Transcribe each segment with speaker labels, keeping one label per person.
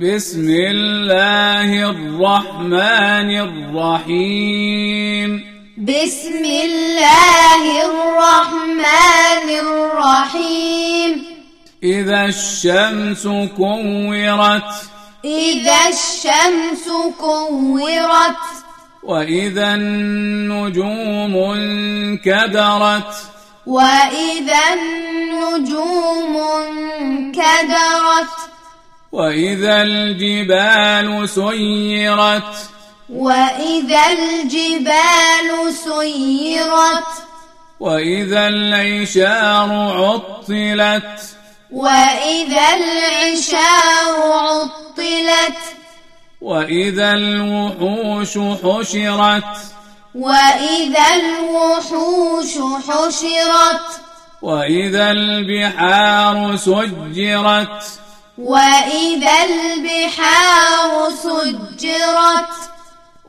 Speaker 1: بسم الله الرحمن الرحيم
Speaker 2: بسم الله الرحمن الرحيم
Speaker 1: إذا الشمس كورت
Speaker 2: إذا الشمس كورت
Speaker 1: وإذا النجوم انكدرت
Speaker 2: وإذا النجوم انكدرت
Speaker 1: وإذا الجبال سيرت
Speaker 2: وإذا الجبال سيرت
Speaker 1: وإذا العشار عطلت
Speaker 2: وإذا العشار عطلت
Speaker 1: وإذا الوحوش حشرت
Speaker 2: وإذا الوحوش حشرت
Speaker 1: وإذا البحار سجرت
Speaker 2: وإذا البحار سجرت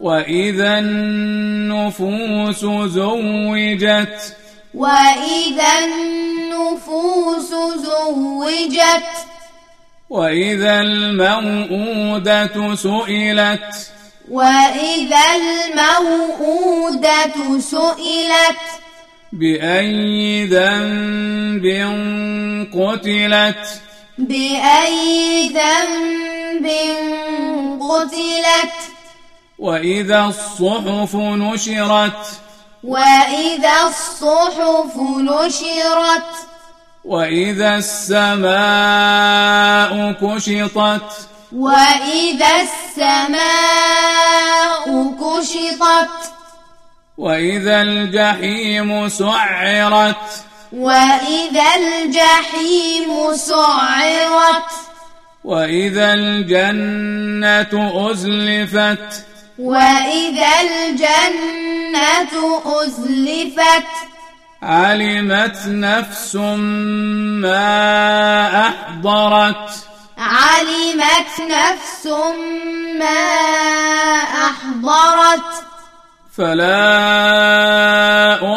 Speaker 1: وإذا النفوس زوجت
Speaker 2: وإذا النفوس زوجت
Speaker 1: وإذا الموءودة سئلت
Speaker 2: وإذا الموءودة سئلت
Speaker 1: بأي ذنب قتلت
Speaker 2: بأي ذنب قتلت
Speaker 1: وإذا الصحف نشرت
Speaker 2: وإذا الصحف نشرت
Speaker 1: وإذا السماء كشطت
Speaker 2: وإذا السماء كشطت
Speaker 1: وإذا الجحيم سعرت
Speaker 2: وإذا الجحيم سعرت
Speaker 1: وإذا الجنة أزلفت
Speaker 2: وإذا الجنة أزلفت
Speaker 1: علمت نفس ما أحضرت
Speaker 2: علمت نفس ما أحضرت
Speaker 1: فلا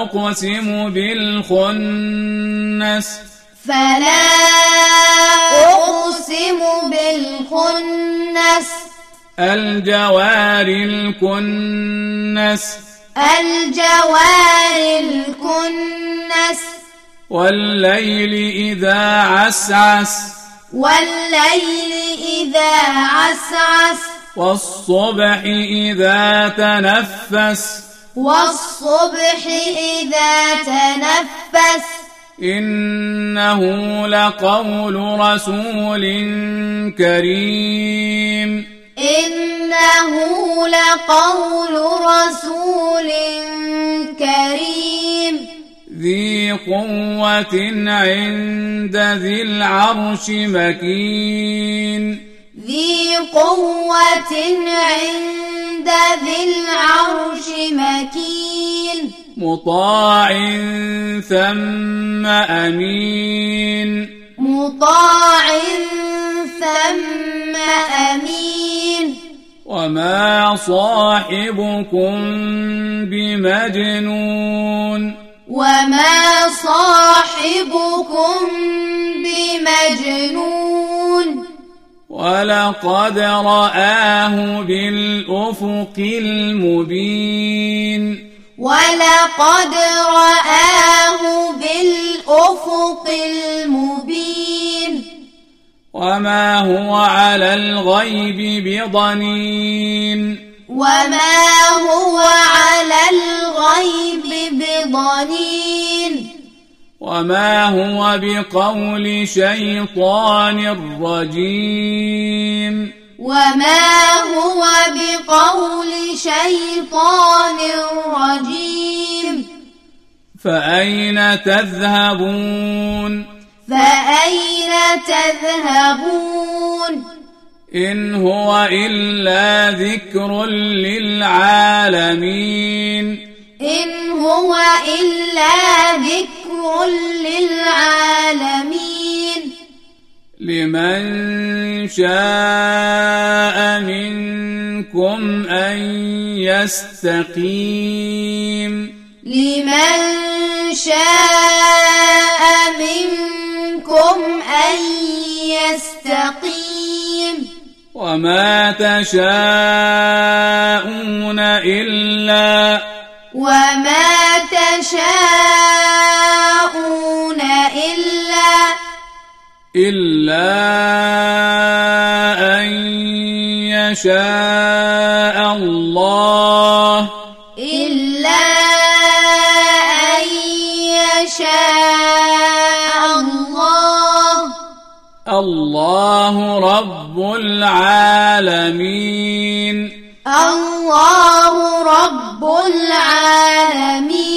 Speaker 1: أقسم بالخنس
Speaker 2: فلا أقسم بالخنس
Speaker 1: الجوار الكنس
Speaker 2: الجوار الكنس
Speaker 1: والليل إذا عسعس
Speaker 2: والليل إذا عسعس
Speaker 1: والصبح إذا تنفس
Speaker 2: والصبح إذا تنفس
Speaker 1: إنه لقول رسول كريم
Speaker 2: إنه لقول رسول كريم
Speaker 1: ذي قوة عند ذي العرش مكين
Speaker 2: ذي قوة عند ذي العرش مكين
Speaker 1: مطاع ثم أمين
Speaker 2: مطاع ثم أمين
Speaker 1: وما صاحبكم بمجنون
Speaker 2: وما صاحبكم بمجنون
Speaker 1: ولقد رآه بالأفق المبين
Speaker 2: ولقد رآه بالأفق المبين
Speaker 1: وما هو على الغيب بضنين
Speaker 2: وما هو على الغيب بضنين
Speaker 1: وما هو بقول شيطان رجيم
Speaker 2: وما هو بقول شيطان رجيم
Speaker 1: فأين تذهبون
Speaker 2: فأين تذهبون
Speaker 1: إن هو إلا ذكر للعالمين
Speaker 2: إن هو إلا ذكر للعالمين
Speaker 1: لمن شاء منكم أن يستقيم
Speaker 2: لمن شاء منكم أن يستقيم
Speaker 1: وما تشاءون إلا
Speaker 2: وما تشاءون إلا
Speaker 1: إلا أن يشاء الله
Speaker 2: إلا أن يشاء الله
Speaker 1: الله رب العالمين
Speaker 2: الله رب العالمين